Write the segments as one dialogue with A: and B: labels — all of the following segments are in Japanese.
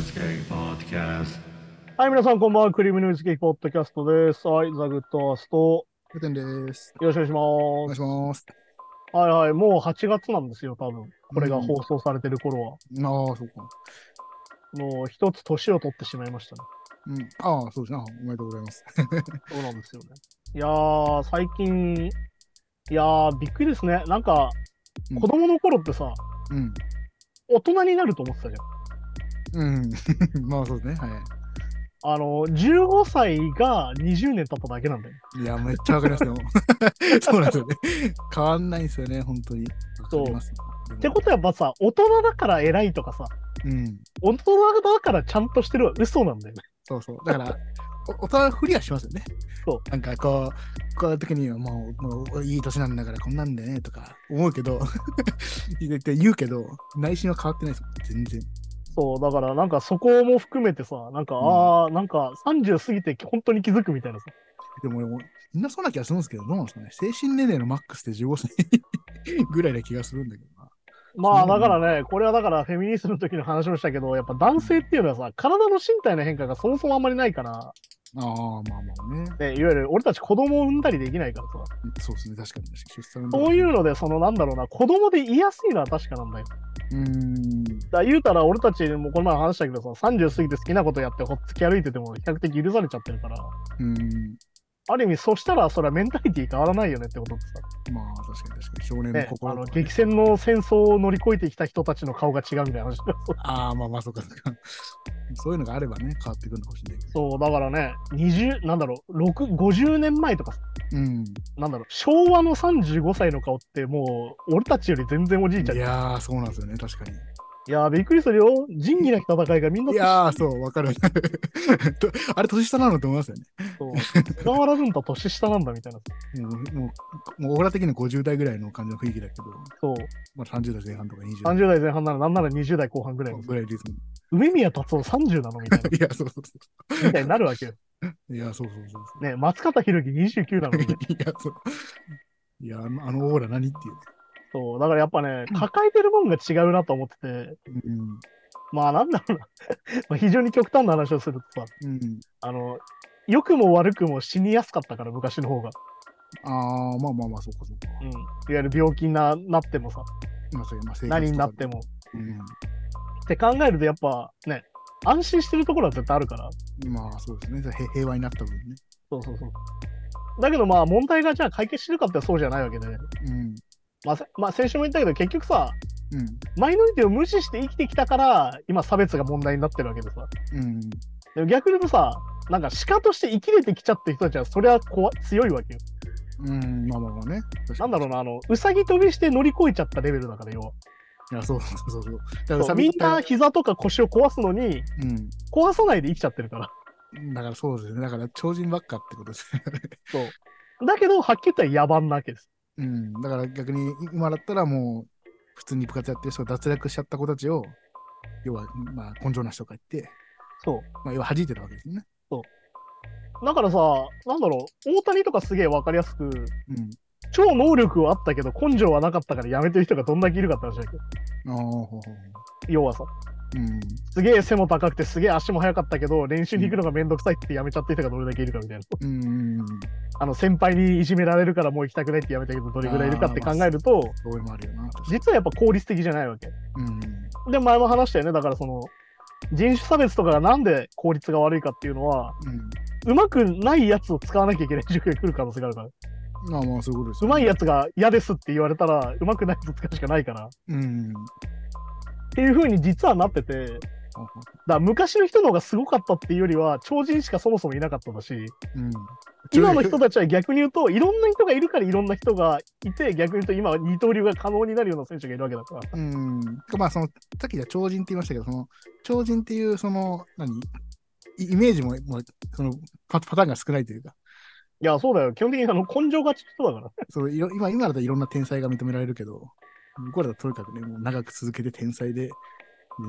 A: Escape Podcast.
B: はい、皆さん、こんばんは。クリームノイズケーキポッドキャストです。はい、ザ・グッドアースト。
C: 古典です。
B: よろしくお
C: お願
B: 願い
C: い
B: し
C: し
B: ま
C: ます。
B: す。はいはい、もう8月なんですよ、多分。これが
C: うん
B: 放送されてる頃は。
C: ああ、そうか。
B: もう一つ年を取ってしまいましたね。
C: うん。ああ、そうですね。あおめでとうございます。
B: そうなんですよね。いやー、最近、いやー、びっくりですね。なんか
C: う、ん
B: 子供の頃ってさ、
C: うん。
B: 大人になると思ってたじ
C: うん。 まあそうですね。は
B: ゃん。あの、15歳が20年経っただけなんだよ。
C: い。いや、めっちゃわかりますよ。 そうなんですよね。変わんないんですよね、本当に。
B: そう
C: わかりますよ
B: ってことはやっぱさ、大人だから偉いとかさ、
C: うん。
B: 大人だからちゃんとしてるは嘘なんだよね。
C: そうそう。だから、お大人のふりはしますよね。。
B: そう
C: なんかこう、こういう時にはもう、もういい年なんだからこんなんでね、とか思うけど、 って言うけど、内心は変わってないですよ。全然。
B: そう、だからなんかそこも含めてさ、なんか、
C: ん
B: ああ、なんか30過ぎて本当に気づくみたいなさ。
C: でも俺も、みんなそうな気がするんですけど、どうなんですかね。精神年齢のマックスって15歳 ぐらいな気がするんだけどな。
B: まあ
C: そう
B: だ
C: なん
B: か
C: だ
B: らね、これはだからフェミニストの時の話もしたけど、やっぱ男性っていうのはさ、体の身体の変化がそもそもあんまりないから、
C: ああ、まあまあね。
B: ね、いわゆる俺たち子供を産んだりできないからさ、
C: そうですね、確かに。出産
B: そういう
C: う。
B: ので、そのなんだろうな、子供で言いやすいのは確かなんだよ。
C: うーん。
B: だから言うたら俺たちもこの前話したけどさ、30過ぎて好きなことやってほっつき歩いてても比較的許されちゃってるから、
C: うーん。
B: ある意味そしたらそれはメンタリティ変わらないよねってことってさ。
C: まあ、確かに確かに。少年の
B: ね、あ
C: 心
B: の
C: とかね、
B: 激戦の戦争を乗り越えてきた人たちの顔が違うみたいな話
C: ああ、まあまあ、そうか、そうか。 そういうのがあればね、変わってくるのかもしれないけど。
B: そうだからね20なんだろう6 50年前とか
C: うん。
B: なんだろう昭和の35歳の顔ってもう俺たちより全然おじ いちゃん
C: い
B: いや
C: やー、そうなんですよね、確かに。
B: ーびっくりするよ仁義なき戦いがみんない
C: やー、そう、わかる。 とあれ、年下なのと思いますよね。
B: そう菅原文太年下なんだみたいな
C: もう、もう、もう、俺ら的には50代ぐらいの感じの雰囲気だけど、
B: そう
C: まあ30代前半とか20代
B: 30代前半ならなんなら20代後半ぐらい
C: ぐらいですもん。
B: 梅宮達夫30なのみたいな
C: いや、そうそうそ
B: みたいになるわ けよ
C: う。いや、そうそうそうそう。
B: ね松方弘樹29なの に、ね、
C: いや、そう。いや、あのあのオーラ何っていう
B: そうだからやっぱ ね抱えてるもんが違うなと思ってて
C: ね。
B: まあなんだろうな まあ非常に極端な話をするとさ
C: うん。うん。
B: あの良くも悪くも死にやすかったから昔の方が、
C: ああ、まあまあまあ、そうかそうか。
B: うん、いわゆる病気にななってもさ
C: まあ、そういう、まあ、生活とか
B: 何になっても
C: う
B: って考えるとやっぱね安心してるところは絶対あるから
C: ん。まあ、そうですね。へ平和になった分ね。
B: そうそうそうだけどまあ問題がじゃあ解決してるかってそうじゃないわけで、
C: うん。
B: まあ、せまあ先週も言ったけど結局さ
C: うん。
B: マイノリティを無視して生きてきたから今差別が問題になってるわけでさ
C: うん。
B: でも逆に言うとさなんか鹿として生きれてきちゃってる人たちはそれは怖強いわけよ
C: うん。まあまあまあね。確
B: な
C: か
B: ん
C: に
B: だろうな、あの、うさぎ飛びして乗り越えちゃったレベルだから、要は。
C: いや、そうそうそうそう。だ
B: そうみんな、膝とか腰を壊すのに、
C: う
B: 壊さないで生きちゃってるから。
C: ん。だからそうですね。だから超人ばっかってことですね。
B: そう。だけど、はっきり言ったら野蛮なわけです。
C: うん。だから逆に、今だったらもう、普通に部活やってる人が脱落しちゃった子たちを、要は、まあ、根性なしとか言って、
B: そう。
C: まあ、要は弾いてるわけですね。
B: だからさ、なんだろう、大谷とかすげえわかりやすく、
C: うん。
B: 超能力はあったけど、根性はなかったからやめてる人がどんだけいるかって話だけど。
C: ああ、ほうほう。
B: 要はさ、
C: うん。
B: すげえ背も高くて、すげえ足も速かったけど、練習に行くのがめんどくさいってやめちゃってる人がどれだけいるかみたいな。
C: うん。
B: あの、先輩にいじめられるからもう行きたくないってやめたけど、どれぐらいいるかって考えると、
C: そういうのもあるよな。確かに
B: 実はやっぱ効率的じゃないわけ。
C: うん。
B: で前も話したよねだからその人種差別とかがなんで効率が悪いかっていうのは
C: うん。
B: うまくないやつを使わなきゃいけない状況が来る可能性があるから
C: まあまあ、そういうことです
B: う
C: よ
B: まい
C: ね
B: やつが嫌ですって言われたらうまくないやつ使うしかないからっ
C: うん。
B: ていう風に実はなっててだか
C: あ
B: ら昔の人の方がすごかったっていうよりは超人しかそもそもいなかったんだし
C: うん。
B: 今の人たちは逆に言うといろんな人がいるからいろんな人がいて逆に言うと今は二刀流が可能になるような選手がいるわけだから
C: うん。まあ、その、さっきじゃ超人って言いましたけど、その、超人っていう、その、何イイメージも、まあ、そのパ、パターンが少ないというか、
B: いやそうだよ基本的にあの根性勝ちの人だから
C: そういろ今、今だといろんな天才が認められるけど、向こうだととにかくね、もう長く続けて天才で、で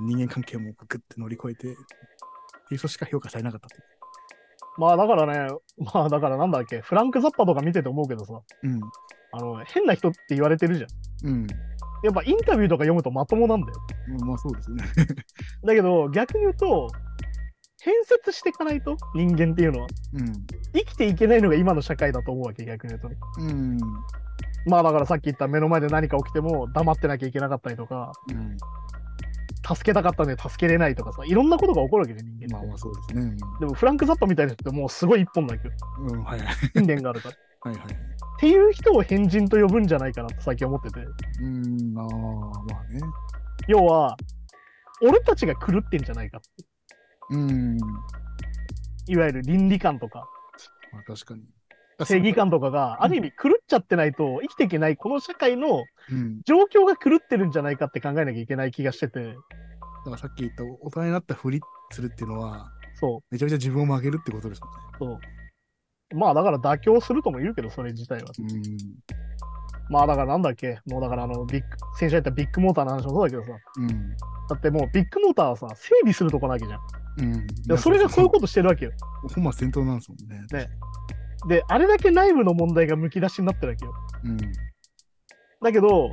C: 人間関係もグッて乗り越えて、っていう人しか評価されなかったという
B: まあだからねまあだからなんだっけフランク・ザッパとか見てて思うけどさあの変な人って言われてるじゃん。
C: うん。うん。
B: やっぱインタビューとか読むとまともなんだよ。
C: まあまあそうですね。
B: だけど逆に言うと変節していかないと人間っていうのは生きていけないのが今の社会だと思うわけ逆に言うとね。
C: うん。うん。
B: まあだからさっき言った目の前で何か起きても黙ってなきゃいけなかったりとか
C: うん。
B: 助けたかったのに助けれないとかさいろんなことが起こるわけで人間って。
C: まあまあそうですね。
B: でもフランク・ザッパみたいな人ってもうすごい一本だけど
C: うん。うん、はいはい。
B: 信念があるから。っ
C: はいはい。
B: ていう人を変人と呼ぶんじゃないかなって最近思ってて
C: うん、ああ、まあね。
B: 要は俺たちが狂ってんじゃないか
C: うん。ま
B: いわゆる倫理観とか
C: あ確かに。
B: 正義感とかがある意味狂っちゃってないと生きていけないこの社会の
C: うん。
B: 状況が狂ってるんじゃないかって考えなきゃいけない気がしてて
C: だからさっき言った大人になったふりするっていうのは、
B: そ
C: めちゃめちゃ自分を曲げるってことですも
B: うそうまあだから妥協するとも言うけどそれ自体は
C: んね。
B: まあだからなんだっけもうだからあのビッグ先週やったビッグモーターの話もそうだけどさ
C: うん。
B: だってもうビッグモーターはさ整備するとこなわけじゃん
C: うん。うん。
B: でそれがそういう
C: と。
B: ことしてるわけよ
C: 本末転倒なんですもんね。
B: ねであれだけ内部の問題がむき出しになってるわけよ
C: うん。
B: だけど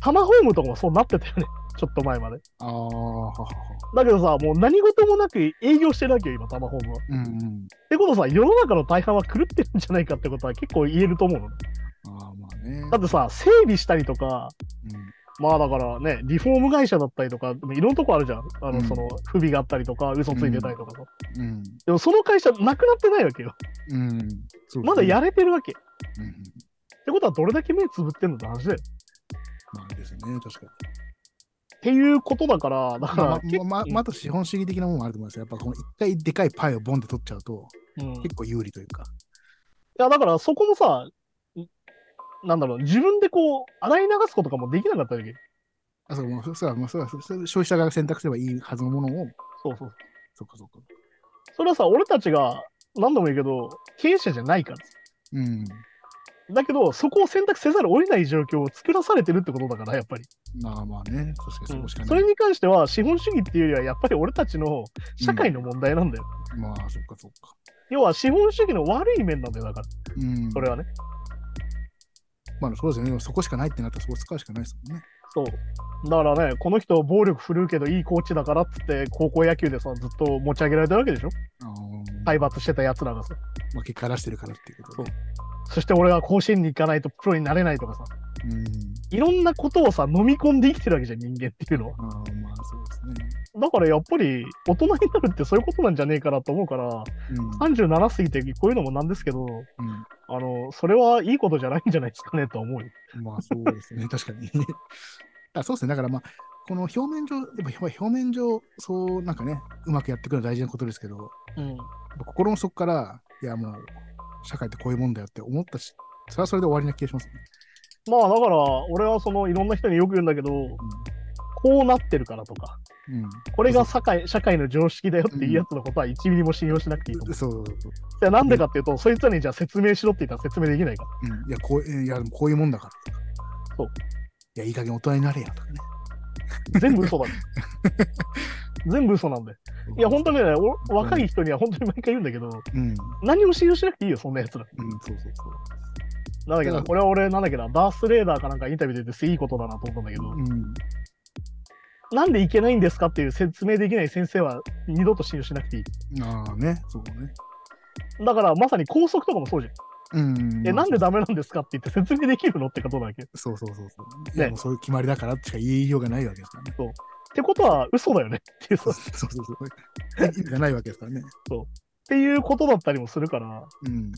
B: タマホームとかもそうなってたよね ちょっと前まで
C: ああ、ははは。
B: だけどさもう何事もなく営業してるわけよ今タマホームは
C: うんうん。
B: ってことさ、世の中の大半は狂ってるんじゃないかってことは結構言えると思うのね。
C: ああ、まあね。
B: だってさ、整備したりとか、まあだからね、リフォーム会社だったりとか、でもいろんなとこあるじゃん。あ
C: う
B: の、
C: ん
B: その、不備があったりとか、嘘ついてたりとかさ。
C: うん。
B: でもその会社なくなってないわけよ。
C: うん。うん。そうですね
B: まだやれてるわけ。っ
C: うんうん。
B: てことはどれだけ目つぶってんのって話だよ。
C: まあですよね、確かに。
B: っていうことだから、だか
C: ま
B: ら
C: あ、
B: 結構、
C: まあ、まあ、あと資本主義的なものもあると思いますよやっぱこの一回でかいパイをボンって取っちゃうと、
B: うん、い
C: 結構有利というか。
B: や、だからそこもさ、んなんだろう、自分でこう、洗い流すこととかもできなかったわけ。
C: あ、そう、もう、そうだ、もう、そうだ、そうそう消費者側が選択すればいいはずのものを、
B: そうそう。
C: そっかそっか。
B: それはさ、俺たちが何度も言うけど、経営者じゃないから。
C: うん。
B: だけど、そこを選択せざるを得ない状況を作らされてるってことだから、やっぱり。
C: まあまあね、確かにそこしか
B: そ
C: ない。
B: れに関しては、資本主義っていうよりは、やっぱり俺たちの社会の問題なんだよ。
C: まあ、そっかそっか。
B: 要は、資本主義の悪い面なんだよ、だから、
C: うん。
B: それはね。
C: まあそうですよね。でもそこしかないってなったらそこ使うしかないですもんね。
B: そう。だからね、この人、暴力振るうけど、いいコーチだからっつって、高校野球でさ、ずっと持ち上げられたわけでしょ
C: あの
B: 体罰してたやつらがさ。
C: まあ、結果出してるからっていうことで。
B: そして俺は甲子園に行かないとプロになれないとかさ。
C: うん。
B: いろんなことをさ、飲み込んで生きてるわけじゃん、人間っていうのは。
C: あーまあそうで
B: だからやっぱり、大人になるってそういうことなんじゃねえかなと思うから、
C: すね。うん。
B: 37過ぎてこういうのもなんですけど、あの、それはいいことじゃないんじゃないですかねとは思うよ。
C: うん、まあそうですね。 確かに。あそうですね。だからまあ、この表面上、でもやっぱ表面上、そうなんかね、うまくやっていくのは大事なことですけど、
B: うん。
C: やっぱ心の底から、いやもう、社会ってこういうもんだよって思ったし、それはそれで終わりな気がしますね。
B: まあだから、俺はそのいろんな人によく言うんだけど、こうなってるからとか、
C: うん。
B: これが社会社会の常識だよっていうやつのことは1ミリも信用しなくていいと
C: う
B: 思
C: ん。そうそうそう。
B: う。じゃあなんでかっていうと、そいつらにじゃあ説明しろって言ったら説明できないから。
C: うん、いや、こう、いや、でもこういうもんだからとか。
B: そう。
C: いや、いい加減大人になれよとかね。
B: 全部嘘 だね。全部嘘なんで。いや、本当にね、お若い人には本当に毎回言うんだけど、
C: うん。
B: 何も信用しなくていいよ、そんなやつら。
C: うん、そうそうそう。
B: なんだっけ
C: だか
B: な、
C: ら
B: これは俺、なんだっけな、ダース・レーダーかなんかインタビューで出てていいことだなと思ったんだけど、
C: うん、
B: なんでいけないんですかっていう説明できない先生は二度と信用しなくていい。
C: ああね、そうね。
B: だからまさに校則とかもそうじゃん。
C: うん
B: え、なんで
C: だ
B: ダメなんですかって言って説明できるのってことだっけっ
C: そうそうそうそう。い
B: ね
C: や、もうそういう決まりだからしか言いようがないわけですからね。
B: てことは嘘だよねっていう
C: そ
B: さ
C: う
B: っ
C: そうそうそう。意味がないわけですからね。
B: ていうことだったりもするから、
C: うん。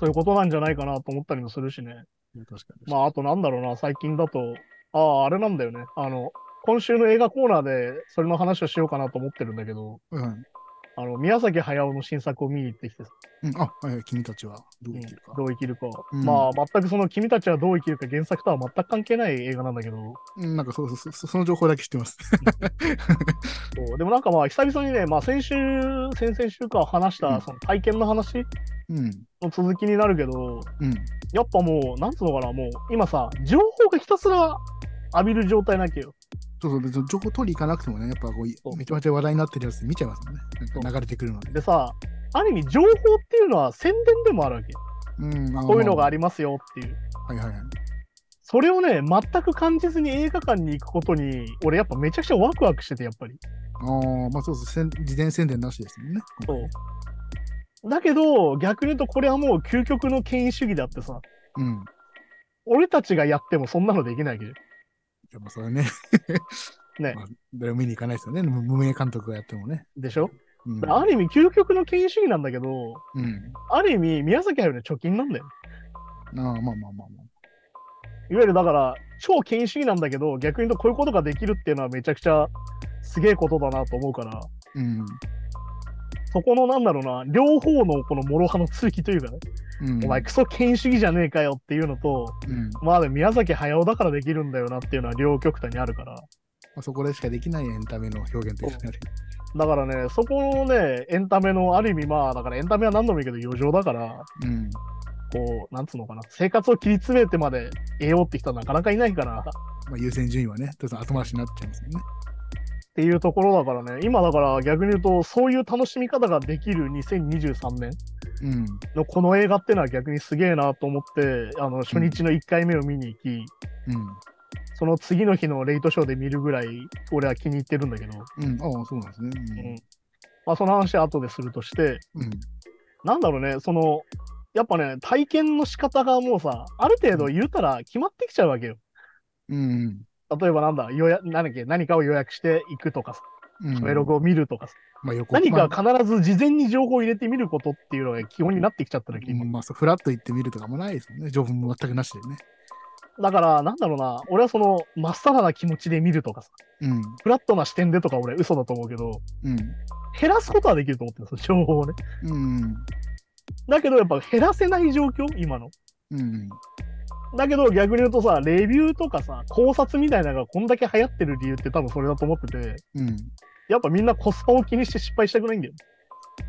B: そういうことなんじゃないかなと思ったりもするしね。
C: いや確かに。
B: まあ、あとなんだろうな、最近だと、ああ、あれなんだよね。あの、今週の映画コーナーでそれの話をしようかなと思ってるんだけど、
C: うん。
B: あの、宮崎駿の新作を見に行ってきてさ、
C: うん、あ、はいはい、君たちはどう
B: うん
C: 生きるか。
B: どう生きるか。
C: うん
B: まあ、全くその君たちはどう生きるか原作とは全く関係ない映画なんだけど、
C: うん、なんかそうそうそう、その情報だけ知ってます。
B: そうでもなんかまあ久々にね、まあ、先週先々週か話し
C: う
B: た
C: ん
B: その体験の話
C: うん。
B: の続きになるけど
C: うん。
B: やっぱもうなんつうのかなもう今さ情報がひたすら浴びる状態なわけよ
C: そうそう別に情報取り行かなくてもね、やっぱこ
B: そう
C: う、めちゃめちゃ話題になってるやつ見ちゃいますもんね。なんか流れてくるので。
B: でさある意味情報っていうのは宣伝でもあるわけ
C: うん、
B: こういうのがあ
C: り。
B: りますよっていう
C: はいはいはい。
B: それをね、全く感じずに映画館に行くことに、俺やっぱめちゃくちゃワクワクしてて、やっぱり。
C: ああ、まあそうです。せん事前宣伝なしですもんね。
B: そうだけど、逆に言うとこれはもう究極の権威主義であってさ、
C: うん。い
B: 俺たちがやってもそんなのできないわけじゃん。
C: や、まあそれはね。
B: ね
C: まあ、誰も見に行かないですよね。無無名監督がやってもね。
B: でしょ、
C: うん。
B: だからある意味究極の権威主義なんだけど、
C: うん、
B: ある意味宮崎駿の貯金なんだよ。
C: ああ、まあまあまあまあ。
B: いわゆるだから超権威主義なんだけど、逆に言うとこういうことができるっていうのはめちゃくちゃすげえことだなと思うから、
C: うん。
B: そこのなんだろうな、両方のこの諸刃の通気というかね、
C: うん、
B: お前クソ権威主義じゃねえかよっていうのと、
C: うん。ま
B: まあでも宮崎駿だからできるんだよなっていうのは両極端にあるから。
C: あ、そこでしかできないエンタメの表現というかね。
B: だからね、そこのね、エンタメのある意味まあ、だからエンタメは何度も言うけど余剰だから、
C: うん。
B: こう、なんつうのかな、生活を切り詰めてまで得ようって人はなかなかいないから、
C: まあ、優先順位はね、当然後回しになっちゃいますよね。
B: っていうところだからね、今だから逆に言うと、そういう楽しみ方ができる2023年
C: うん。
B: のこの映画っていうのは逆にすげえなと思って、あの初日の1回目を見に行き、その次の日のレイトショーで見るぐらい、俺は気に入ってるんだけど、
C: うん。うん。ああ、そうなんです
B: うん
C: ね。
B: まあ、その話は後でするとして、
C: うん。うん。
B: なんだろうね、その、やっぱね、体験の仕方がもうさ、ある程度言うたら決まってきちゃうわけよ。
C: うん。
B: 例えばなんだ、予約何だっけ何かを予約していくとかさ、
C: うん。
B: メログを見るとかさ、
C: まあ、横
B: 何か必ず事前に情報を入れてみることっていうのが基本になってきちゃったの
C: う
B: 今
C: んまあ、そうフラッと行ってみるとかもないですもんね。情報も全くなしでね。
B: だから、なんだろうな、俺はその、まっさらな気持ちで見るとかさ、
C: うん。
B: フラットな視点でとか俺嘘だと思うけど、
C: う
B: 減らすことはできると思ってるんですよ、情報をね。
C: ん。
B: だけどやっぱ減らせない状況、今の。
C: うん。うん。
B: だけど逆に言うとさ、レビューとかさ、考察みたいなのがこんだけ流行ってる理由って多分それだと思ってて、
C: うん。
B: やっぱみんなコスパを気にして失敗したくないんだよ。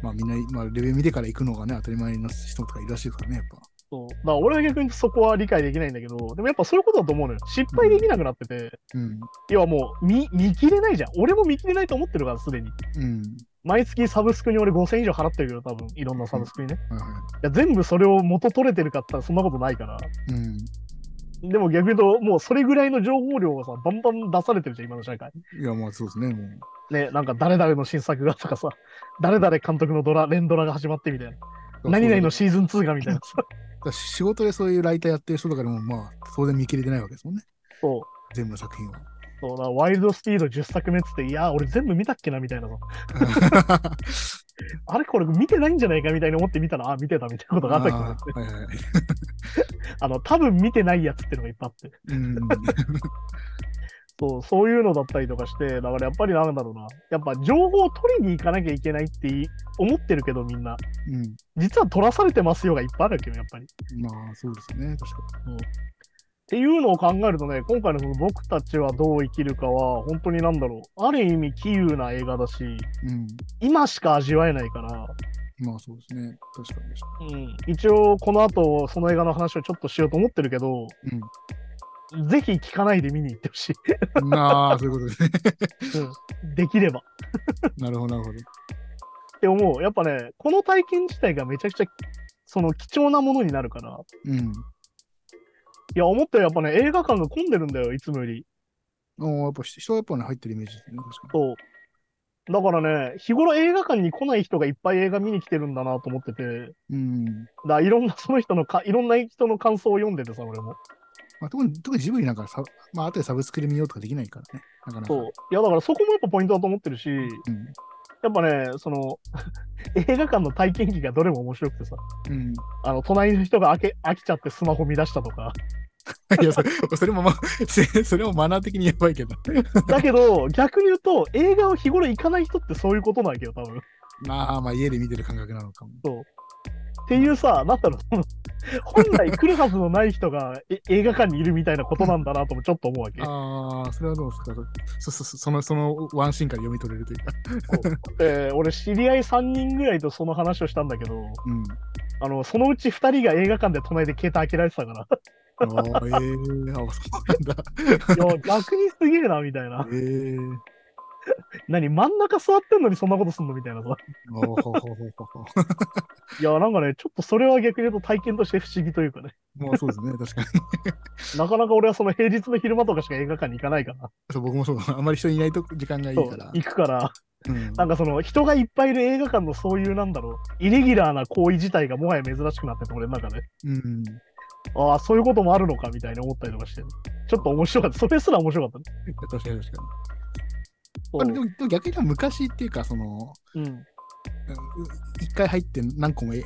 C: まあ、みんな、まあ、レベル見てから行くのがね、当たり前の人とかいるらしいからね、やっぱ。
B: そうだから俺は逆にそこは理解できないんだけど、でもやっぱそういうことだと思うのよ。失敗できなくなってて、
C: うん。
B: 要はもう見見切れないじゃん。俺も見切れないと思ってるから、すでに。
C: うん。
B: 毎月サブスクに俺5000以上払ってるけど、多分いろんなサブスクにね。
C: はいはい
B: や全部それを元取れてるかって言ったらそんなことないから。
C: い。うん。
B: でも逆に言うと、もうそれぐらいの情報量がさ、バンバン出されてるじゃん、今の社会。
C: いや、まあそうですね、もう。
B: ね、なんか誰々の新作がとかさ、誰々監督のドラ、連ドラが始まってみたいな。何々のシーズン2がみたい なさ。
C: だから仕事でそういうライターやってる人とかでも、まあ、当然見切れてないわけですもんね。
B: そう。
C: 全部の作品は。
B: そうだからワイルドスピード10作目っつって、いやー、俺全部見たっけなみたいなさ。あれこれ見てないんじゃないかみたいに思って見たら、あ、見てたみたいなことがあったけど
C: あーはいはいはい。
B: あの、多分見てないやつってのがいっぱいあって。
C: うん。
B: そう、そういうのだったりとかして、だからやっぱりなんだろうな。やっぱ情報を取りに行かなきゃいけないってい思ってるけど、みんな。
C: うん。
B: 実は取らされてますよがいっぱいあるわけど、やっぱり。っ
C: まあ、そうですね、確か
B: ていうのを考えるとね、今回のその僕たちはどう生きるかは、本当になんだろう。ある意味、奇遇な映画だし、
C: に。うん。
B: 今しか味わえないから、
C: まあそうですね、確かに確か
B: うん、一応この後その映画の話をちょっとしようと思ってるけど、ぜひ聞かないで見に行ってほしい、
C: に。ま あ、そういうことですね。
B: できればっ
C: なるほど、なるほど。
B: て思うやっぱねこの体験自体がめちゃくちゃその貴重なものになるから
C: うん。
B: いや思ったよりやっぱね映画館が混んでるんだよいつもより
C: ああやっぱ人はやっぱね、入ってるイメージですね、確か
B: そうだからね日頃映画館に来ない人がいっぱい映画見に来てるんだなと思ってて
C: に。うん。
B: だいろんな その人のかいろんな人の感想を読んでてさ俺も
C: まあ、特に、特にジブリなんかサブ、まあ、後でサブスクで見ようとかできないからね。なかなか。
B: そういやだからそこもやっぱポイントだと思ってるし、
C: うん。
B: やっぱね、その 映画館の体験記がどれも面白くてさ、
C: うん。
B: あの隣の人が飽き飽きちゃってスマホ見出したとか、
C: いや、それそれもまあ、 せそれもマナー的にやばいけど。
B: だけど、逆に言うと、映画を日頃行かない人ってそういうことなんけど、多分っ
C: まあまあ、家で見てる感覚なのかも。
B: ていうさ、なんだろう、その本来来るはずのない人がえ映画館にいるみたいなことなんだなともちょっと思うわけ。
C: ああ、それはどうですかそそそその、そのワンシーンから読み取れるというか。
B: えー俺、知り合い3人ぐらいとその話をしたんだけど、
C: うん。
B: あのそのうち2人が映画館で隣で携帯開けられてたから、
C: あ あ、ええあそうなんだ。
B: いや、逆にすげえなみたいな。
C: ええ
B: 何真ん中座ってんのにそんなことすんのみたいなさ。
C: おーほうほうほうほうほう
B: いや、なんかね、ちょっとそれは逆に言うと体験として不思議というかね。
C: まあそうですね、確かに。
B: なかなか俺はその平日の昼間とかしか映画館に行かないから。
C: そう僕もそうだ。あまり人いないと時間がいい
B: そう
C: から。
B: 行くから、
C: うん
B: なんかその人がいっぱいいる映画館のそういうなんだろう、イレギュラーな行為自体がもはや珍しくなってて、俺の中で。
C: うん。
B: ああ、そういうこともあるのかみたいに思ったりとかして、ちょっと面白かった。それすら面白かったね。
C: 確かに確かに。
B: そ
C: まあで
B: う
C: もでも逆に言うと昔っていうか、その、
B: うん
C: うん一回入って何個もえ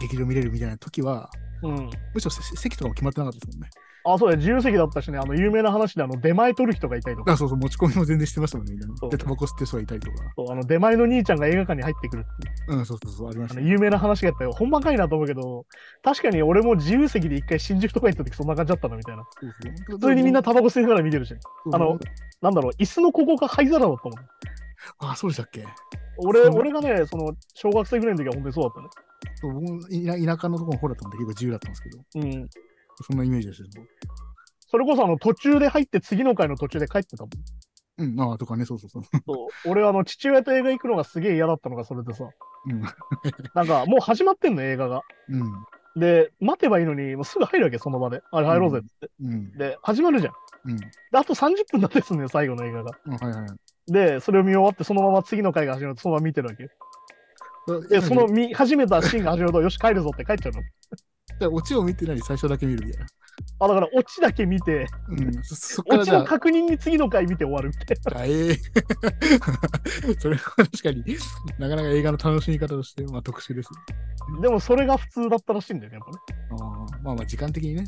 C: 劇場見れるみたいな時は、
B: うん、
C: むしろせ席とかも決まってなかったですもんね。
B: あそうだよ自由席だったしね、あの有名な話であの出前取る人がいたりとか、
C: あそうそう、持ち込みも全然してましたもんね、みんな
B: そう
C: で、タバコ吸ってる人がいたりとか。
B: そうあの出前の兄ちゃんが映画館に入ってくるっていう
C: うん、そうそうそう、ありまし
B: あ
C: た
B: の
C: ね。
B: 有名な話があったよ。ほんまかいなと思うけど、確かに俺も自由席で一回新宿とか行った時そんな感じだったなみたいな。
C: 普
B: 普通にみんなタバコ吸いながら見てるし、あの、なんだろう、椅子のここが灰皿だったもん。
C: あ、そうでしたっけ
B: 俺、
C: そう
B: 俺がね、その、小学生ぐらいの時は本当にそうだったね。
C: そう僕もいな田舎のとこの方だったんで、結構自由だったんですけど、
B: うん。
C: そんなイメージでしたね。
B: それこそあの、途中で入って次の回の途中で帰ってたもん。
C: うん、ああ、とかね、そうそう そう。
B: そう俺はあの父親と映画行くのがすげえ嫌だったのがそれでさ、
C: うん。
B: なんかもう始まってんの映画が。
C: うん。
B: で、待てばいいのに、もうすぐ入るわけ、その場で。あれ入ろうぜっつって。
C: うん。
B: で、始まるじゃん。
C: うん。
B: で、あと30分だったりするのよ、最後の映画が。
C: うんはいはいはい
B: で、それを見終わって、そのまま次の回が始まって、そのまま見てるわけよ。で、その、見始めたシーンが始まると、よし、帰るぞって帰っちゃうの。
C: オチを見てない最初だけ見るみたい
B: あ、だから、オチだけ見て、
C: な。うん。そそっか
B: オ
C: ら
B: チ
C: じゃ
B: の
C: あ
B: 確認に次の回見て終わるみたいな。
C: あえ えそれは確かになかなか映画の楽しみ方として、まあ、特殊です。
B: でも、それが普通だったらしいんだよね、やっぱね。
C: あーまあまあ時間的にね、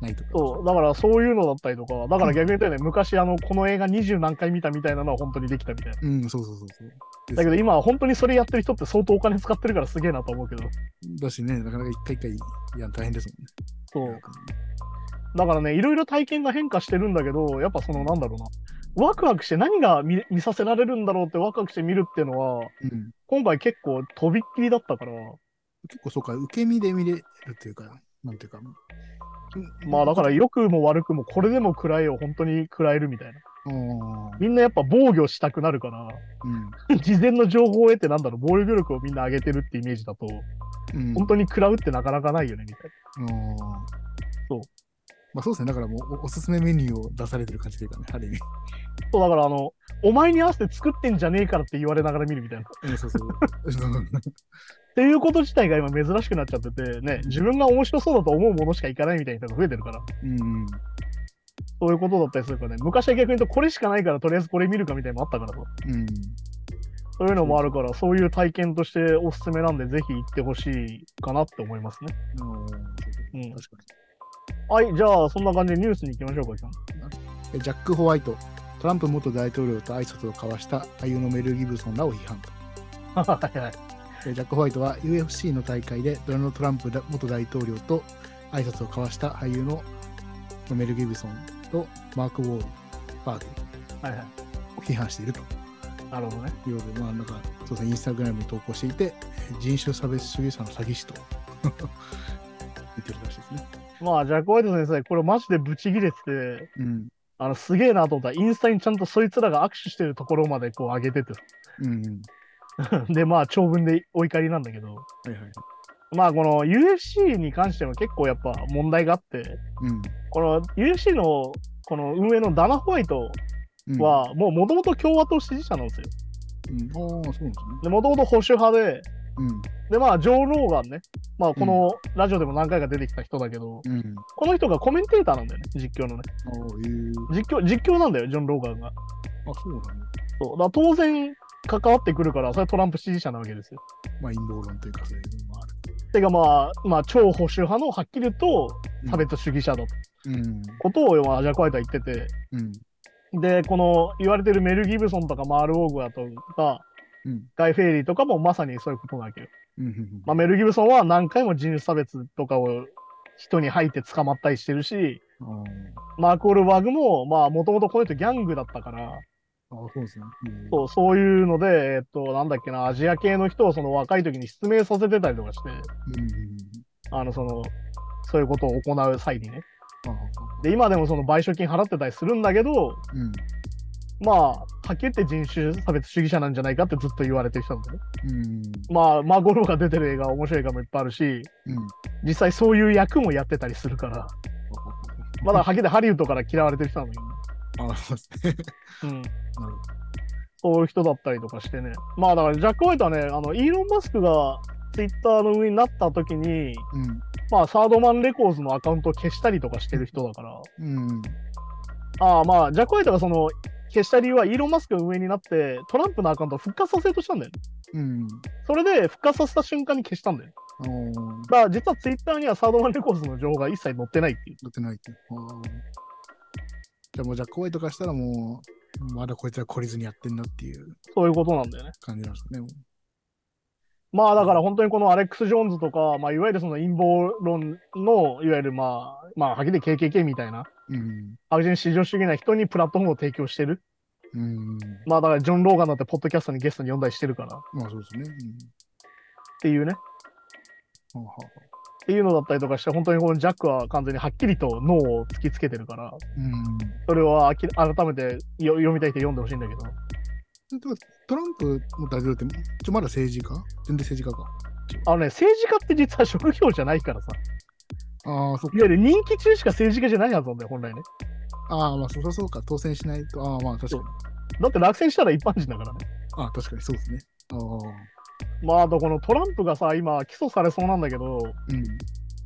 C: ないとか。
B: そう、だから、そういうのだったりとか、だから逆に言ったよね、昔、あの、この映画20何回見たみたいなのは本当にできたみたいな。
C: うん、そうそうそうそう。
B: だけど今は本当にそれやってる人って相当お金使ってるからすげえなと思うけど。
C: だしね、なかなか一回一回、いや、大変です
B: そ
C: もんね
B: う。。だからね、いろいろ体験が変化してるんだけど、やっぱそのなんだろうな。ワクワクして何が見見させられるんだろうってワクワクして見るっていうのは、
C: うん、
B: 今回結構とびっきりだったから、
C: 結構そうか、受け身で見れるっていうか、なんていうか。
B: まあだから良くも悪くもこれでも暗いを本当に食らえるみたいな。
C: うん、
B: みんなやっぱ防御したくなるから、
C: うん、
B: 事前の情報を得てなんだろう、防御力をみんな上げてるってイメージだと、
C: うん。
B: 本当に食らうってなかなかないよね、みたいな。
C: うん
B: そう。
C: まあそうですね、だからもうおおすすめメニューを出されてる感じというかね、ある意味。
B: そうだからあの、お前に合わせて作ってんじゃねえからって言われながら見るみたいな。
C: うん、そうそう。
B: っていうこと自体が今珍しくなっちゃってて、ね、自分が面白そうだと思うものしかいかないみたいな人が増えてるから、
C: うん。
B: そういうことだったりするからね、昔は逆に言うと、これしかないからとりあえずこれ見るかみたいなのもあったからさ、
C: うん。
B: そういうのもあるから、そういう体験としておすすめなんで、ぜひ行ってほしいかなって思いますね。
C: う
B: うん
C: ん、確か
B: はい、じゃあそんな感じでニュースに行きましょうか、今
C: に。ジャック・ホワイト、トランプ元大統領と挨拶を交わした俳優のメル・ギブソンらを批判。
B: 日。 はいはい。
C: えジャック・ホワイトは UFC の大会でドナルド・トランプ元大統領と挨拶を交わした俳優のメル・ギブソンとマーク・ウォールバーグ
B: はいはい。
C: を批判していると
B: なるほどね。
C: いうことで、まあ、なんかそうですねインスタグラムに投稿していて、人種差別主義者の詐欺師と 言ってるらしいですね。
B: まあ、ジャック・ホワイト先生、これマジでブチギレてて、
C: うん。
B: あの、すげえなと思ったら、インスタにちゃんとそいつらが握手してるところまでこう上げて て、
C: うんうん。
B: で、まあ、長文でお怒りなんだけど、
C: はいはい。
B: まあこの UFC に関しても結構やっぱ問題があって、
C: うん。
B: この UFC のこの運営のダナ・ホワイト
C: うん、
B: は、もうもともと共和党支持者なんですよ。
C: うん、ああ、そうなんですね。
B: で、もともと保守派で、
C: うん。
B: で、まあ、ジョー・ローガンね、まあ、このラジオでも何回か出てきた人だけど、
C: うん。
B: この人がコメンテーターなんだよね、実況のね。
C: ああ、えー、
B: 実況、実況なんだよ、ジョン・ローガンが。
C: あそうなんだ、
B: そう。だから当然、関わってくるから、それはトランプ支持者なわけですよ。
C: まあ、陰謀論というか、そういうのもある。
B: てかまあ、まあ、超保守派のはっきり言うと、差別主義者だと
C: うん。
B: ことを、まあ、ジャック・ホワイトは言ってて、
C: うん。
B: で、この言われてるメル・ギブソンとかマール・ウォーグだとか、
C: うん。
B: ガイ・フェイリーとかもまさにそういうことなわけよ。
C: うんうん。
B: まあ、メル・ギブソンは何回も人種差別とかを人に吐いて捕まったりしてるし、
C: あー
B: マーク・オルバーグも、まあ、もともとこの人ギャングだったから、
C: あー、そうですね。うん
B: そうそういうので、えっと、なんだっけな、アジア系の人をその若い時に失明させてたりとかして、
C: うんうんうん。
B: あの、その、そういうことを行う際にね。
C: ああ、
B: で、今でもその賠償金払ってたりするんだけど、
C: うん。
B: まあ、はっきり言って人種差別主義者なんじゃないかってずっと言われてきたので、ね、
C: うん。
B: まあ、マゴロが出てる映画、面白い映画もいっぱいあるし、
C: うん。
B: 実際そういう役もやってたりするから、まだはっきり言ってハリウッドから嫌われてる人なのに、
C: あ、そうですね。
B: うん、
C: なるほど。
B: そういう人だったりとかしてね。まあだからジャック・ホワイトはね、あのイーロン・マスクがツイッターの上になった時に、
C: う
B: まあサードマン・レコーズのアカウントを消したりとかしてる人だから、
C: ん。うん。
B: ああまあジャック・ホワイトがその消した理由はイーロン・マスクが上になってトランプのアカウントを復活させようとしたんだよね。
C: うん。
B: それで復活させた瞬間に消したんだよ。
C: あー
B: だから実はツイッターにはサードマン・レコーズの情報が一切載ってないっていう。
C: 出てないって。あーじゃあもう、じゃあ、怖いとかしたらもう、まだこいつは懲りずにやってんなっていう
B: そういうことなんだよね。
C: 感じなんですかね。もう
B: まあだから本当にこのアレックス・ジョーンズとか、まあ、いわゆるその陰謀論の、いわゆるまあ、まあ、はっきり言って KKK みたいな、
C: うん。
B: 白人至上主義な人にプラットフォームを提供してる。
C: うん。
B: まあだからジョン・ローガンだってポッドキャストにゲストに呼んだりしてるからっ
C: まあそうですね。
B: ていうね。
C: うん。はあはあ
B: っていうのだったりとかして、本当にこのジャックは完全にはっきりと脳を突きつけてるから、
C: うん。
B: それはあき改めてよ読みたい人読んでほしいんだけど。
C: でもトランプの大統領って、ちょまだ政治家全然政治家か。
B: あのね、政治家って実は職業じゃないからさ、
C: ああ、そっ
B: いわゆる任期中しか政治家じゃないはずなんだよ、本来ね。
C: ああ、まあ、そりゃそうか。当選しないと。ああ、まあ、確かに。
B: だって落選したら一般人だからね。
C: ああ、確かにそうですね。ああ。
B: まああとこのトランプがさ、今起訴されそうなんだけど、
C: うん。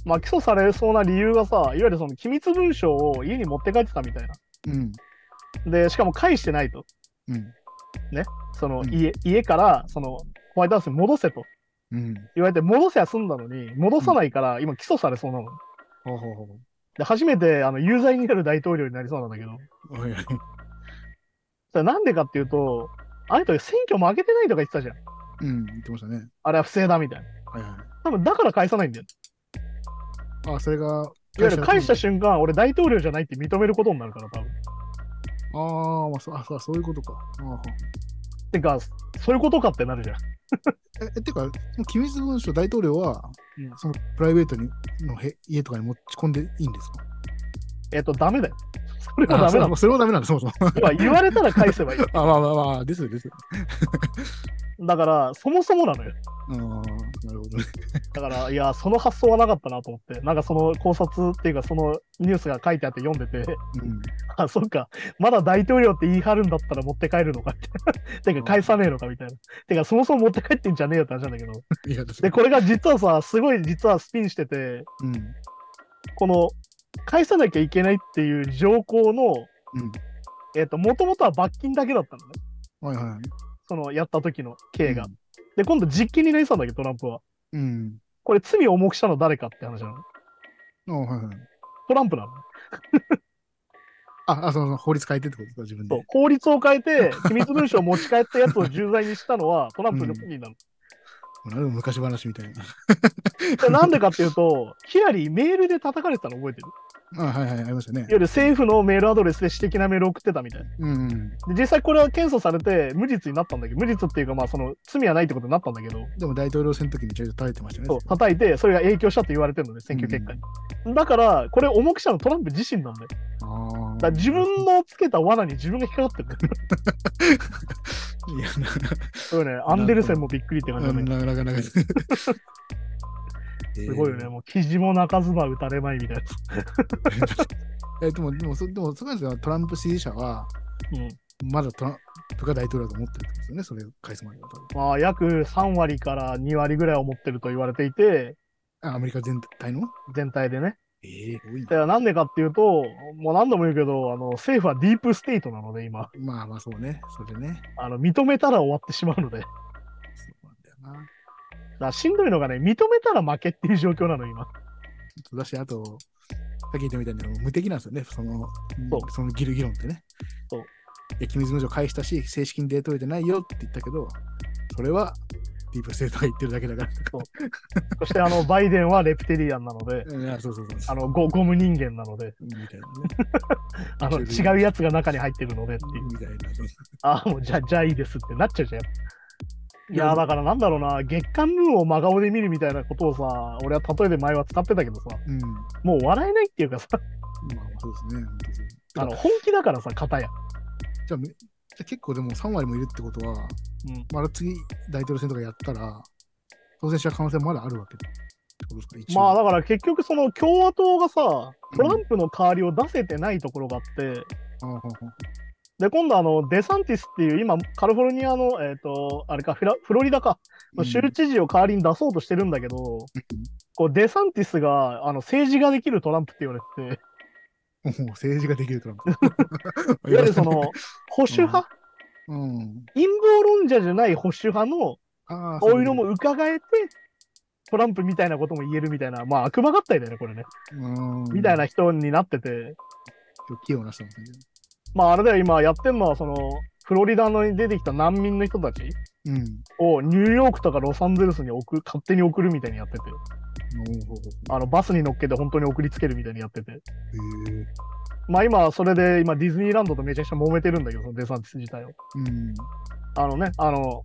B: まあ起訴されそうな理由がさ、いわゆるその機密文書を家に持って帰ってたみたいな。
C: うん。
B: で、しかも返してないと。
C: うん。
B: その
C: うん
B: 家,、家からそのホワイトハウスに戻せと
C: うん。
B: 言われて戻せは済んだのに戻さないから今起訴されそうなの。
C: ほうほうほう
B: で初めてあの有罪になる大統領になりそうなんだけど
C: はいはい。
B: それなんでかっていうとあの人選挙負けてないとか言ってたじゃん
C: うん。言ってましたね。
B: あれは不正だみたいな
C: はいはい。
B: 多分だから返さないんだよ
C: ああ、それが。い
B: いわ
C: わ
B: ゆる返した瞬間俺大統領じゃないって認めることになるから多分
C: ああ、まあそうあそう、そういうことか。ああ
B: てかそういうことかってなるじゃん
C: え、えてか、その機密文書大統領は、
B: うん
C: そのプライベートにのへ家とかに持ち込んでいいんですか
B: えっとダメだよそれ
C: あ
B: はダメな
C: あ
B: の
C: それもダメなんだ、そもそも。
B: 要は言われたら返せばいい
C: あまあまあまあ、ですよですよ。
B: だからそもそもなのよ
C: ああ、なるほどね。
B: だから、いや、その発想はなかったなと思って、なんかその考察っていうか、そのニュースが書いてあって読んでて、
C: うん。
B: あ、そっか、まだ大統領って言い張るんだったら持って帰るのか みたいな。てか、返さねえのかみたいな。てか、そもそも持って帰ってんじゃねえよって話なんだけど。
C: いや、確か
B: で、
C: に。
B: これが実はさ、すごい実はスピンしてて、
C: うん。
B: この、返さなきゃいけないっていう条項の、
C: うん。
B: えっ、と、もともとは罰金だけだったのね。
C: はいはい。
B: その、やった時の刑が。で、今度実刑になりそうなんだけど、トランプは。
C: うん。
B: これ、罪を重くしたの誰かって話なの。
C: うん。あはいはい。
B: トランプなの。
C: あ、あそのその法律変えてってことですか、自分
B: そう
C: で。
B: 法律を変えて、機密文書を持ち帰ったやつを重罪にしたのはトランプの本人なの。
C: なんか昔話みたいな。
B: でなんでかっていうと、ヒラリーメールで叩かれてたの覚えてる。
C: あはいはい、ありましたね
B: いわ。ゆる政府のメールアドレスで私的なメールを送ってたみたいな。
C: うんうん。
B: で実際これは検査されて無実になったんだけど、無実っていうかまあその罪はないってことになったんだけど、
C: でも大統領選の時にちょいちょい叩いてましたよね。
B: そう叩いてそれが影響したと言われてるのね、選挙結果に。だから、これ重くしたのトランプ自身なんだよ。だ
C: ああ。
B: から自分のつけた罠に自分が引っかかってるんだよ。
C: いや、
B: そうね、アンデルセンもびっくりって感じ
C: な
B: だね。
C: ななかなか。す
B: すごいよね、。もう記事も泣かずば打たれまいみたいな。
C: えでも、でも、そでもそこなんですよ。トランプ支持者は、
B: うん
C: まだトランプが大統領だと思ってるんですよね。それを返すまでは多分。
B: まあ、約3割から2割ぐらいを持ってると言われていて、
C: あ、アメリカ全体の
B: 全体でね。
C: ええ多い
B: だからなんでかっていうと、もう何度も言うけど、あの政府はディープステートなので、今、
C: まあまあ、そうね。それね。
B: あの認めたら終わってしまうので、だか
C: そうなんだよな。
B: らしんどいのがね、認めたら負けっていう状況なの、今。
C: だし、あと、さっき言ったみたいに無敵なんですよね、その、
B: そう
C: その議論議論ってね。
B: そう
C: いや機密文書返したし、正式にデート入れてないよって言ったけど、それはディープステートが言ってるだけだから。
B: そして、 あのバイデンはレプテリアンなので、
C: うんあそうそうそう。
B: あのゴゴム人間なので、
C: みたいな
B: あの
C: そういう
B: 違うやつが中に入ってるのでってい
C: ね。
B: う、
C: みたいな。
B: ああ、もうじゃあじゃあいいですってなっちゃうじゃん。いや
C: う
B: ー
C: ん
B: だからなんだろうな、月刊ムーンを真顔で見るみたいなことをさ、俺は例えで前は使ってたけどさ、
C: うん。ま
B: もう笑えないっていうかさ、
C: あ、そうですね。本当そう
B: あの本気だからさ、片や。
C: じゃあめ、じゃあ結構でも3割もいるってことは、
B: うん。
C: まだ次大統領選とかやったら、当選した可能性もまだあるわけってことですか、一応。
B: まあだから結局その共和党がさ、トランプの代わりを出せてないところがあって、
C: あはは
B: で、今度あの、デサンティスっていう今、カリフォルニアの、えっ、と、あれか、フラフロリダか、の州知事を代わりに出そうとしてるんだけど、こうデサンティスがあの政治ができるトランプって言われて
C: うんもう政治ができるトラン
B: て、
C: プ。
B: いわゆるその、保守派、
C: うん。
B: 陰謀論者じゃない保守派の
C: ああ、
B: こういうのも伺えて、トランプみたいなことも言えるみたいな、まあ悪魔合体だよね、これね。
C: うん、
B: みたいな人になってて、
C: 今日器用な人なんですね。
B: まああれだよ、今やってんのは、その、フロリダのに出てきた難民の人たち
C: うん。
B: をニューヨークとかロサンゼルスに送る、勝手に送るみたいにやってて、
C: おお。
B: あのバスに乗っけて本当に送りつけるみたいにやってて、
C: へえ。
B: まあ今、それで今ディズニーランドとめちゃくちゃ揉めてるんだけど、そのデサンティス自体を。
C: うん。
B: あのね、あの、いわ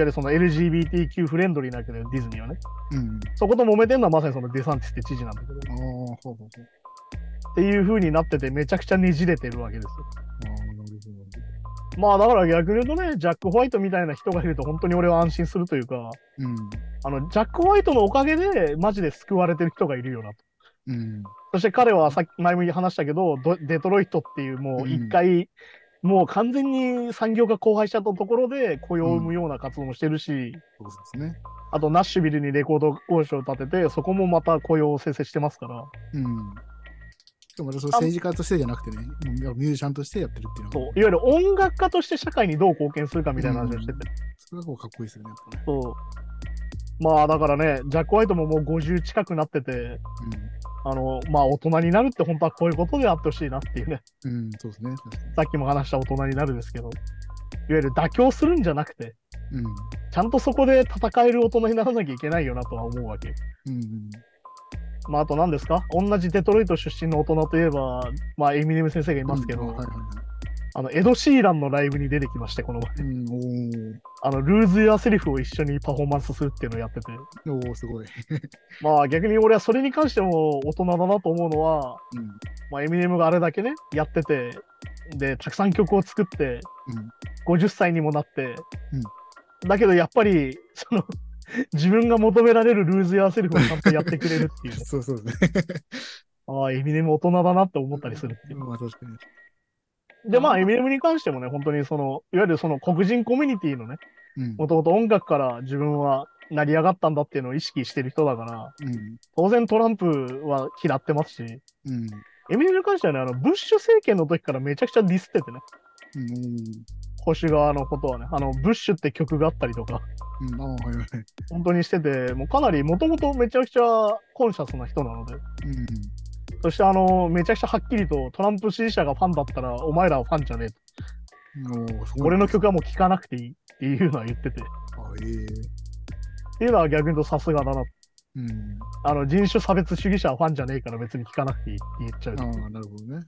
B: ゆるその LGBTQ フレンドリーなわけだよ、ディズニーはね。
C: うん。
B: そこと揉めてるのはまさにそのデサンティスって知事なんだけど。
C: ああ、ほうほうほう。
B: っていう風になってて、めちゃくちゃねじれてるわけですよ。
C: ああ、なるほど。
B: まあだから逆に言うとね、ジャック・ホワイトみたいな人がいると本当に俺は安心するというか、
C: うん。
B: あの、ジャック・ホワイトのおかげでマジで救われてる人がいるよなと。
C: うん。
B: そして彼はさっき前も話したけど、ドデトロイトっていうもう一回、もう完全に産業が荒廃しちゃったところで雇用を生むような活動もしてるし、
C: そうですね。
B: あとナッシュビルにレコード工場を建てて、そこもまた雇用を生成してますから、
C: うん。しかもまたその政治家としてじゃなくてね、もういやミュージシャンとしてやってるっていうの
B: そうい
C: は
B: わ、ゆる音楽家として社会にどう貢献するかみたいな話をしてて、
C: それがこうかっこいいですよね、やっぱね。
B: そうまあだからね、ジャック・ホワイトももう50近くなってて、
C: うん。
B: あのまあ大人になるって本当はこういうことであってほしいなっていうね、
C: うん、そうですね。確か
B: さっきも話した大人になるですけど、いわゆる妥協するんじゃなくて、
C: に。うん。
B: ちゃんとそこで戦える大人にならなきゃいけないよなとは思うわけ。
C: うん。
B: まああと何ですか同じデトロイト出身の大人といえば、まあエミネム先生がいますけど、
C: うんはいはいは
B: あの、エド・シーランのライブに出てきまして、この前。
C: い。うん、お
B: あの、ルーズ・やセリフを一緒にパフォーマンスするっていうのをやってて。
C: ー、おーすごい。
B: まあ逆に俺はそれに関しても大人だなと思うのは、
C: うん。
B: まあエミネムがあれだけね、やってて、で、たくさん曲を作って、
C: うん
B: 50歳にもなって、だけどやっぱり、その、 自分が求められるルーズ・やセリフをちゃんとやってくれるって いう。
C: そうそうですね。
B: ああ、エミネム大人だなって思ったりするっていう。
C: まあ確かに。
B: で、まあエミネムに関してもね、本当にその、いわゆるその黒人コミュニティのね、
C: うん。
B: もともと音楽から自分は成り上がったんだっていうのを意識してる人だから、
C: うん。
B: 当然トランプは嫌ってますし、
C: うん。
B: エミネムに関してはね、あの、ブッシュ政権の時からめちゃくちゃディスっててね、
C: うん。
B: 保守側のことはね、あの、ブッシュって曲があったりとか、
C: うん。ああ、はいはい。
B: 本当にしてて、もうかなりもともとめちゃくちゃコンシャスな人なので、
C: うん。
B: そしてあの、めちゃくちゃはっきりとトランプ支持者がファンだったら、お前らはファンじゃねえと。
C: おー、すごい。
B: 俺の曲はもう聴かなくていいっていうのは言ってて、っ
C: あ、ええ
B: ていうのは逆に言うとさすがだな。
C: うん。
B: あの、人種差別主義者はファンじゃねえから別に聴かなくていいって言っちゃう。
C: ああ、なるほどね。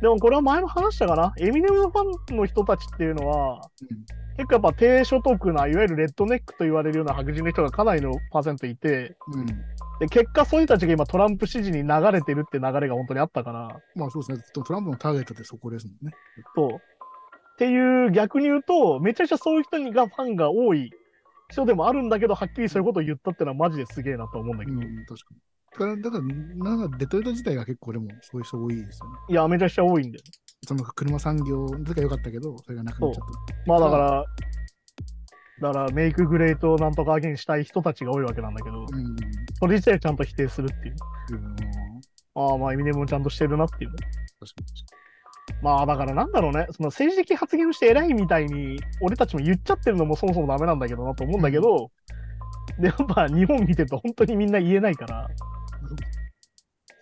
B: でもこれは前も話したかな。エミネムのファンの人たちっていうのは、結構やっぱ低所得な、いわゆるレッドネックと言われるような白人の人がかなりのパーセントいて、
C: うん。うん。
B: で、結果そういう人たちが今トランプ支持に流れてるって流れが本当にあったから、
C: まあそうですね。トランプのターゲットってそこですもんね。
B: そう。っていう逆に言うと、めちゃくちゃそういう人がファンが多い人でもあるんだけど、はっきりそういうことを言ったってのはマジですげえなと思うんだけど、
C: うん、確かに。だから、だからなんかデトロイト自体が結構でもそういう人多いですよね。
B: いや、めちゃくちゃ多いんで。
C: その車産業の時は良かったけど、それがなくなっちゃっ
B: まあだから、だからメイクグレートをなんとかアゲインしたい人たちが多いわけなんだけど
C: た。、うん。
B: それ自体をちゃんと否定するっていう。
C: うん、確か
B: ああ、まあエミネムもちゃんとしてるなっていう。
C: に。
B: まあだからなんだろうね、その政治的発言をして偉いみたいに、俺たちも言っちゃってるのもそもそもダメなんだけどなと思うんだけど、でやっぱ日本見てると本当にみんな言えないから、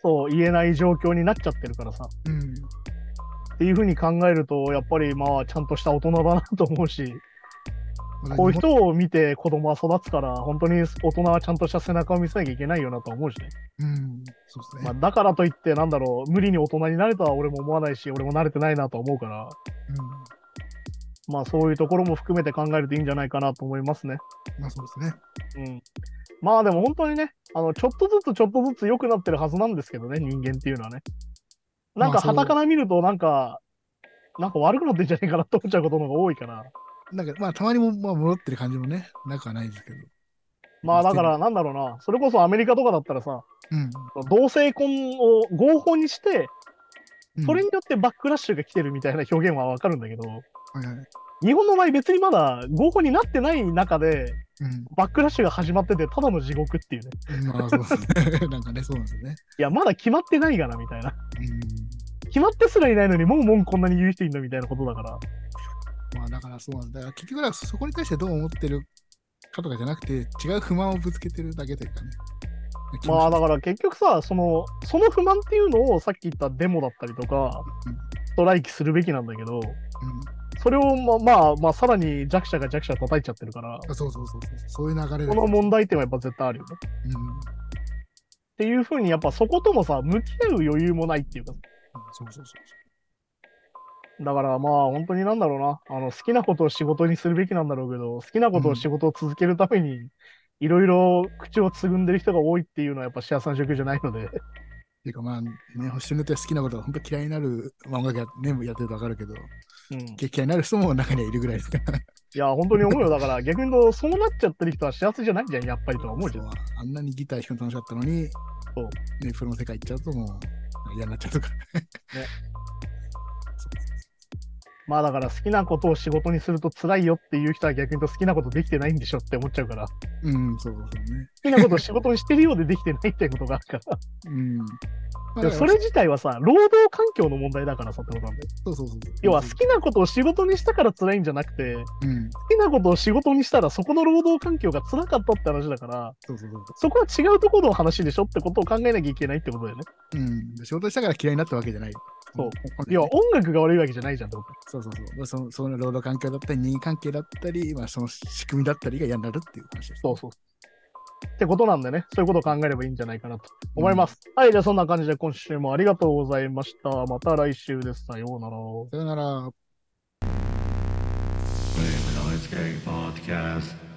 B: そう、言えない状況になっちゃってるからさ、
C: うん。
B: っていうふうに考えると、やっぱりまあちゃんとした大人だなと思うし、こういう人を見て子供は育つから、本当に大人はちゃんとした背中を見せなきゃいけないよなと思うしね。
C: うん。そうですね。
B: まあ、だからといって、なんだろう、無理に大人になれとは俺も思わないし、俺も慣れてないなとは思うから、
C: うん。
B: まあそういうところも含めて考えるといいんじゃないかなと思いますね。
C: まあそうですね。
B: うん。まあでも本当にね、あの、ちょっとずつちょっとずつ良くなってるはずなんですけどね、人間っていうのはね。なん
C: ま
B: か、
C: あそう
B: 傍から見ると、なんか、なんか悪くなってんじゃねえかなと思っちゃうことの方が多いから。
C: なんか、まあ、たまにも、まあ、戻ってる感じもね、なくはないですけど。
B: まあだからなんだろうな、それこそアメリカとかだったらさ、
C: うん。
B: 同性婚を合法にして、
C: うん
B: それによってバックラッシュが来てるみたいな表現はわかるんだけど、
C: はいはい。
B: 日本の場合別にまだ合法になってない中で、
C: うん。
B: バックラッシュが始まってて、ただの地獄っていうね。
C: まあ、そうですね。なんかね、そうなんですよね。
B: いや、まだ決まってないからみたいな。
C: うん。
B: 決まってすらいないのに、もう文句こんなに言う人いるんだみたいなことだから。
C: まあ、だからそうなんだ。だから結局だから、そこに対してどう思ってるかとかじゃなくて、違う不満をぶつけてるだけというかね。
B: まあだから結局さ、その、その不満っていうのをさっき言ったデモだったりとか
C: うん、
B: ストライキするべきなんだけど、
C: うん
B: それをままあまあさらに弱者が弱者叩いちゃってるから、
C: あそうそうそうそう。そういう流れで
B: こ
C: す
B: の問題点はやっぱ絶対あるよね。
C: うん。
B: っていうふうにやっぱそこともさ、向き合う余裕もないっていうか、
C: そうそうそうそ
B: だからまあ本当になんだろうな、あの好きなことを仕事にするべきなんだろうけど、好きなことを仕事を続けるために、いろいろ口をつぐんでる人が多いっていうのはやっぱ幸せな状況じゃないので、
C: う。ていうかまあ、ね、星野って好きなことが本当嫌いになる、まあ、音楽や,、ね、やってると分かるけど、
B: うん、い
C: 嫌いになる人も中にはいるぐらいですから。
B: や本当に思うよ。だから逆に言うと、そうなっちゃってる人は幸せじゃないじゃん、やっぱりとは思うじゃん。
C: そうあんなにギター弾くの楽しかったのに、
B: そう
C: ね、プロの世界行っちゃうともう嫌になっちゃ うとか。
B: まあだから好きなことを仕事にすると辛いよっていう人は逆に言うと好きなことできてないんでしょって思っちゃうから、好
C: うん、そうそうそうね。
B: きなことを仕事にしてるようでできてないっていうことがあ るから。
C: うん。まあ
B: でもそれ自体はさ、労働環境の問題だからさってことなんだよ。
C: そうそうそう。
B: 要は好きなことを仕事にしたから辛いんじゃなくて、
C: うん、
B: 好きなことを仕事にしたらそこの労働環境が辛かったって話だから
C: そうそうそう。
B: そこは違うところの話でしょってことを考えなきゃいけないってことだよね。
C: うん。仕事したから嫌いになったわけじゃない。
B: そう
C: 本来ね
B: 要は音楽が悪いわけじゃないじゃんってこ
C: そうそうそう。そのその労働環境だったり、人間関係だったり、まあ、その仕組みだったりが嫌になるっていう話です、
B: と。そうそう。ってことなんでね、そういうことを考えればいいんじゃないかなと思います。はい、じゃあそんな感じで今週もありがとうございました。また来週です。さようなら。
C: さよなら。
A: Flame and Ice Gang Podcast.